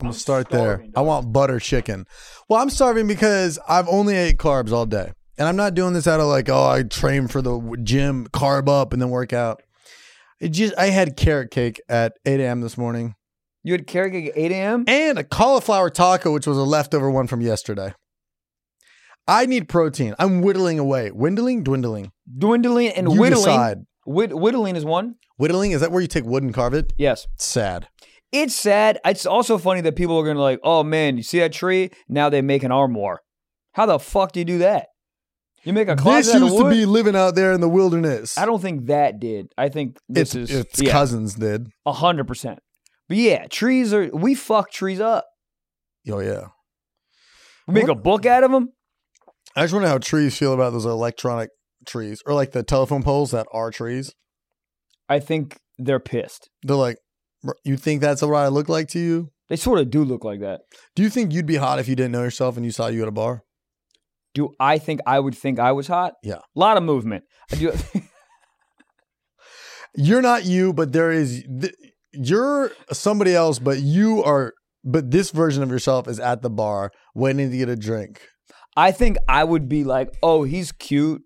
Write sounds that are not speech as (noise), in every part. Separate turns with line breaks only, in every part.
I'm gonna start there. I want butter chicken. Well, I'm starving because I've only ate carbs all day, and I'm not doing this out of like, oh, I train for the w- gym, carb up, and then work out. It just I had carrot cake at 8 a.m. this morning,
You had carrot cake at 8 a.m.
and a cauliflower taco, which was a leftover one from yesterday. I need protein. I'm whittling away, whittling, dwindling,
Dwindling and
You
whittling.
decide.
Whit- whittling is one.
Whittling is that where you take wood and carve it?
Yes.
Sad.
It's sad. It's also funny that people are gonna like, oh man, you see that tree? Now they make an armoire. How the fuck do you do that? You make a closet
this
out of
used to
wood?
be living out there in the wilderness.
I don't think that did. I think this
it's,
is
it's
yeah,
cousins did.
a hundred percent. But yeah, trees are we fuck trees up.
Oh yeah.
We make a book out of them.
I just wonder how trees feel about those electronic trees or like the telephone poles that are trees.
I think they're pissed.
They're like, "Br- you think that's what I look like to you?
They sort of do look like that.
Do you think you'd be hot if you didn't know yourself and you saw you at a bar?
Do I think I would think I was hot?
Yeah.
A lot of movement. I do.
You're not you, but there is, th- you're somebody else, but you are, but this version of yourself is at the bar waiting to get a drink.
I think I would be like, oh, he's cute.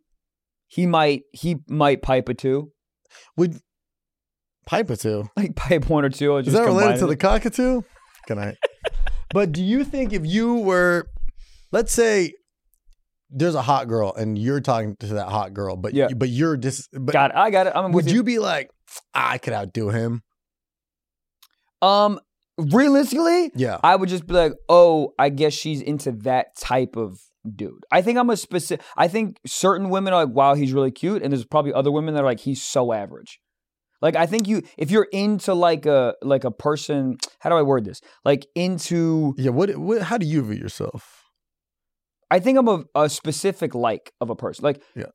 He might he might pipe a two, (laughs)
Would pipe it to.
like pipe one or two. and
Is
just
that related to the
combine it.
cockatoo? Good night. (laughs) but do you think if you were, let's say, there's a hot girl and you're talking to that hot girl, but
Yeah.
but you're dis, but
Got it. I got it. I'm
would
with
you. be like, "Ah, I could outdo him?
you. Um, realistically,
Yeah,
I would just be like, oh, I guess she's into that type of dude. I think I'm a specific. I think certain women are like, wow, he's really cute, and there's probably other women that are like, he's so average. Like I think you, if you're into like a like a person, how do I word this? Like into,
yeah. What, what? How do you view yourself?
I think I'm a, a specific like of a person. Like,
Yeah.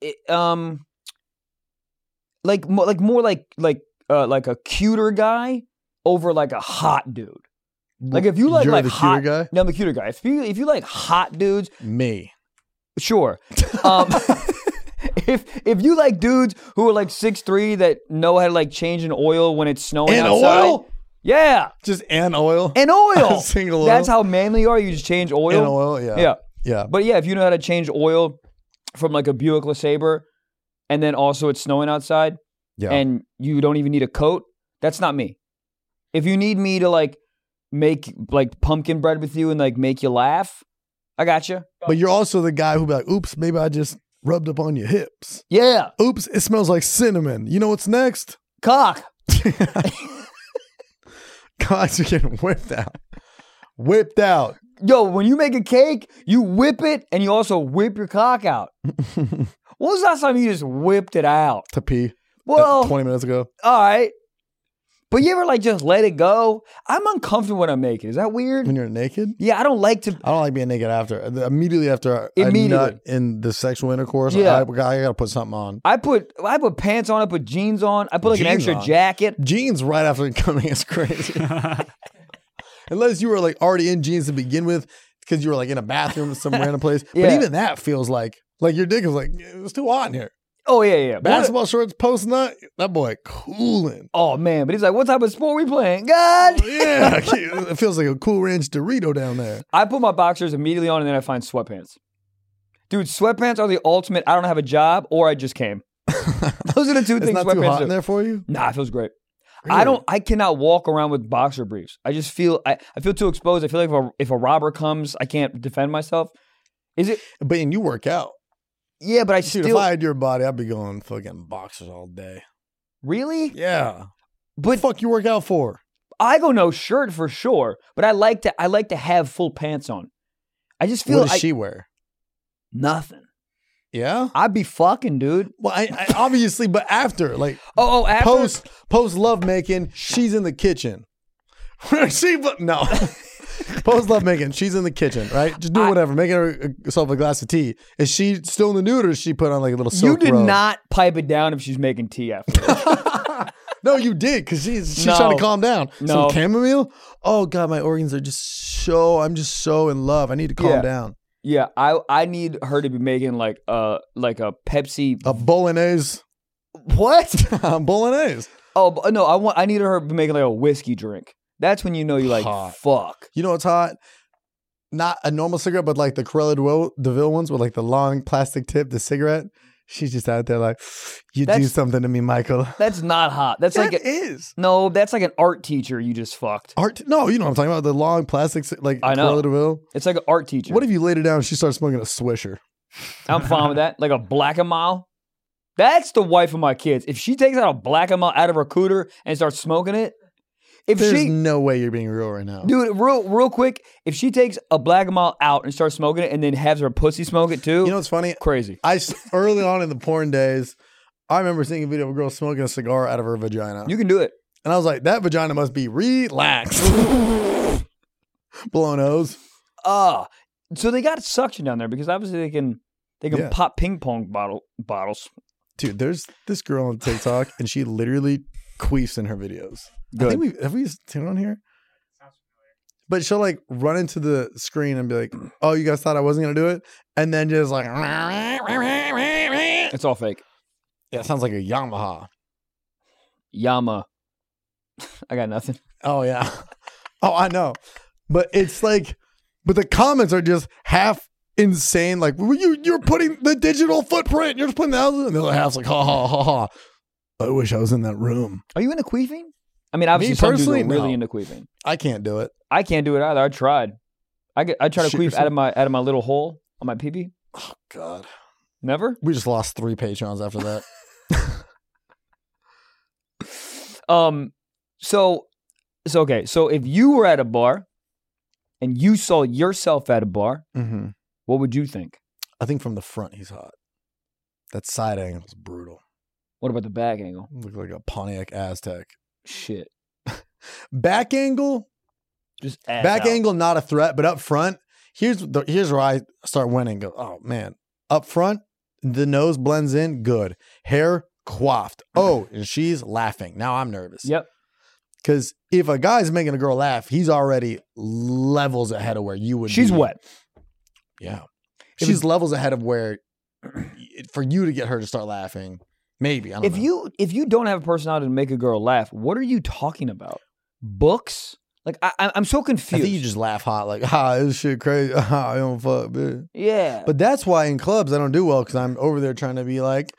it- um, like mo- like more like like uh, like a cuter guy over like a hot dude. Like if you like
you're
like
the
hot
cuter guy,
No, I'm a cuter guy. If you if you like hot dudes,
me. (laughs)
sure. Um, (laughs) if if you like dudes who are like six three that know how to like change an oil when it's snowing
And
outside,
oil,
yeah,
just and oil, (laughs)
and oil.
single oil.
That's how manly you are. You just change oil.
and oil. Yeah,
Yeah,
yeah.
but yeah, if you know how to change oil from like a Buick LeSabre, and then also it's snowing outside,
Yeah.
and you don't even need a coat, that's not me. If you need me to like make like pumpkin bread with you and like make you laugh, I got you.
But you're also the guy who be like, oops, maybe I just rubbed up on your hips.
Yeah,
Oops, it smells like cinnamon. You know what's next? (laughs)
cock.
Guys are getting whipped out. Whipped out. (laughs)
Yo, when you make a cake, you whip it and you also whip your cock out. when was the last time you just whipped it out?
To pee. uh,
Well,
20 minutes ago.
all right. But you ever like just let it go? I'm uncomfortable when I make it. Is that weird?
When you're naked.
Yeah, I don't like to.
I don't like being naked after. The- Immediately after I-
Immediately.
I nut in the sexual intercourse,
Yeah.
I, I gotta put something on.
I put I put pants on. I put jeans on. I put like an
Jeans
extra
on?
jacket.
Jeans right after (laughs) coming is
(laughs)
crazy. Unless you were like already in jeans to begin with, because you were like in a bathroom in some
(laughs)
random place. But
Yeah.
even that feels like like your dick is like it's too hot in here.
Oh yeah, yeah. What,
Basketball shorts post nut, that boy cooling. Oh,
oh man, but he's like, what type of sport we playing? God.
Yeah, (laughs) it feels like a Cool Ranch Dorito down there.
I put my boxers immediately on, and then I find sweatpants. Dude, sweatpants are the ultimate. I don't have a job, or I just came. (laughs) Those are the two
It's
things.
not too
sweatpants
hot
do.
in there for you.
Nah, it feels great. I don't. I cannot walk around with boxer briefs. I just feel. I, I feel too exposed. I feel like if a, if a robber comes, I can't defend myself. Is it?
But and you work out.
Yeah, but I
Dude,
still
if I had your body, I'd be going fucking boxers all day.
really.
Yeah. What
But
the fuck you work out for?
I go no shirt for sure, but I like to I like to have full pants on. I just feel
what does
I,
she wear?
nothing.
Yeah.
I'd be fucking dude.
Well, I, I obviously, but after like
Oh, oh after
post post love making, she's in the
(laughs)
kitchen. Where she but (laughs) no. post love making, she's in the kitchen, right? Just do
I-
whatever, making herself a glass of tea. Is she still in the nude, or is she put on like a little?
you
silk
did
robe?
not pipe it down if she's making tea after.
(laughs) No, you did because she's she's
No.
trying to calm down.
No.
Some chamomile. Oh god, my organs are just so. I'm just so in love. I need to calm
Yeah.
down.
yeah, I I need her to be making like uh like a Pepsi
A bolognese.
what?
(laughs) A bolognese.
Oh but- no, I want I need her to be making like a whiskey drink. That's when you know you're like,
Hot.
fuck.
You know what's hot? Not a normal cigarette, but like the Corella Deville, Deville ones with like the long plastic tip, the cigarette. She's just out there like, (sighs) you do
That's-
something to me, Michael.
That's not hot. That's
That
like a,
is.
no. That's like an art teacher you just fucked.
Art, no, you know what I'm talking about. The long plastic, ci- like
I know.
Corella Deville.
It's like an art teacher.
What if you laid it down and she starts smoking a Swisher?
I'm fine with that. Like a black and mile. That's the wife of my kids. If she takes out a black and mile out of her cooter and starts smoking it, if
There's
she
no way you're being real right now.
Dude, real real quick, if she takes a black and mile out and starts smoking it and then has her pussy smoke it too,
you know what's funny?
crazy.
I s- early on in the porn days, I remember seeing a video of a girl smoking a cigar out of her vagina,
You can do it.
and I was like, "That vagina must be (laughs) relaxed." Blow nose.
Ah. so they got suction down there because obviously they can they can
Yeah.
pop ping pong bottle bottles.
Dude, there's this girl on TikTok, and she literally queefs in her videos. I think we have we seen it on here. But she'll like run into the screen and be like, "Oh, you guys thought I wasn't gonna do it," and then just like,
It's all fake.
yeah, it sounds like a Yamaha.
Yama. (laughs) I got nothing.
Oh yeah. (laughs) Oh, I know. But it's like but the comments are just half insane. Like "Well, you you're putting the digital footprint, you're just putting the house and the other half's like, ha ha ha ha. I wish I was in that room.
Are you into queefing? I mean, obviously, some dudes are
personally,
really
no.
into queefing.
I can't do it.
I can't do it either. I tried. I get, I try to
Shoot
queef
yourself.
out of my out of my little hole on my peepee.
Oh God.
Never.
We just lost three Patreons after that.
Um, so, so okay. So if you were at a bar and you saw yourself at a bar,
(laughs) mm-hmm.
what would you think?
I think from the front he's hot. That side angle's brutal.
What about the back angle?
Look like a Pontiac Aztec.
Shit,
Back angle,
just ass
back
out.
angle not a threat, but up front, here's the, here's where I start winning. Go, oh man, up front, the nose blends in, good. Hair coiffed. Oh, and she's laughing. Now I'm nervous.
Yep.
Because if a guy's making a girl laugh, he's already levels ahead of where you would.
She's
be.
wet.
Yeah.
If
she's levels ahead of where for you to get her to start laughing. Maybe I don't
If
know.
you if you don't have a personality to make a girl laugh, what are you talking about? Books? Like I, I- I'm so
I
confused.
think you just laugh hot, like, ah, this shit crazy. (laughs) Ah, I don't fuck, bitch.
yeah,
But that's why in clubs I don't do well because I'm over there trying to be like,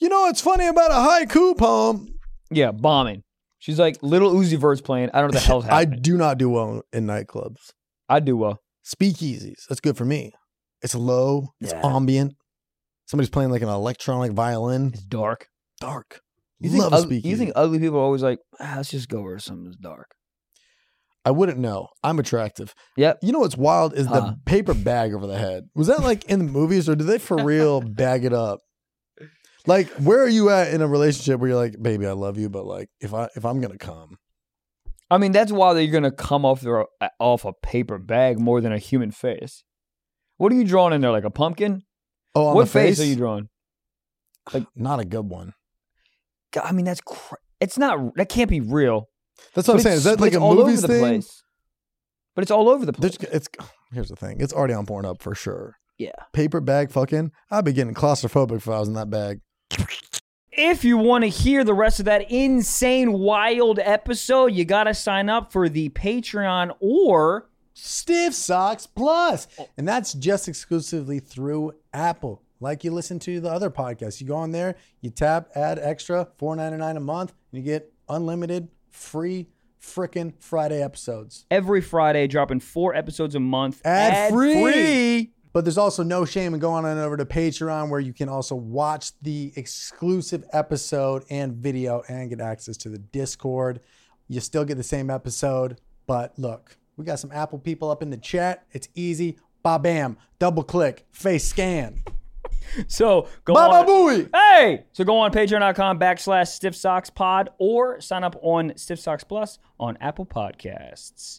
you know, what's funny about a haiku poem.
yeah, bombing. She's like little Uzi Vert's playing. I don't know what the
(laughs)
hell's
I
happening.
do not do well in nightclubs.
I, do well.
Speakeasies, that's good for me. It's low, it's
Yeah.
ambient. Somebody's playing like an electronic violin.
It's dark.
Dark.
You
Love
think,
a
ug-
speakeasy.
you think ugly people are always like, ah, let's just go where something's dark.
I wouldn't know. I'm attractive.
Yep.
You know what's wild is
Huh.
the paper bag over the head. Was that like in the movies or did they for
(laughs)
real bag it up? Like, where are you at in a relationship where you're like, baby, I love you, but like, if I if I'm gonna come,
I mean, that's wild that you're gonna come off the, off a paper bag more than a human face. What are you drawing in there? Like a pumpkin?
oh, on
what
the face,
are you drawing?
not a good one.
God, I mean, that's cra- it's not that can't be real.
That's what I'm
But
saying.
it's-
Is that
but
like
it's
a
all
movies
over the
thing?
place. But it's all over the place.
There's, it's here's the thing. It's already on Pornhub for sure.
Yeah.
Paper bag, fucking. I'd be getting claustrophobic if I was in that bag.
If you want to hear the rest of that insane, wild episode, you gotta sign up for the Patreon or
Stiff Socks Plus. And that's just exclusively through Apple. Like you listen to the other podcasts. You go on there, you tap, add extra, four ninety nine a month, and you get unlimited free frickin' Friday episodes.
every Friday, dropping four episodes a month.
Ad
ad-free.
But there's also no shame in going on over to Patreon where you can also watch the exclusive episode and video and get access to the Discord. You still get the same episode, but look, we got some Apple people up in the chat. It's easy. Ba bam, double click, face scan.
So go on.
Baba booey.
Hey! So go on patreon.com backslash stiff socks pod or sign up on stiff socks plus on Apple Podcasts.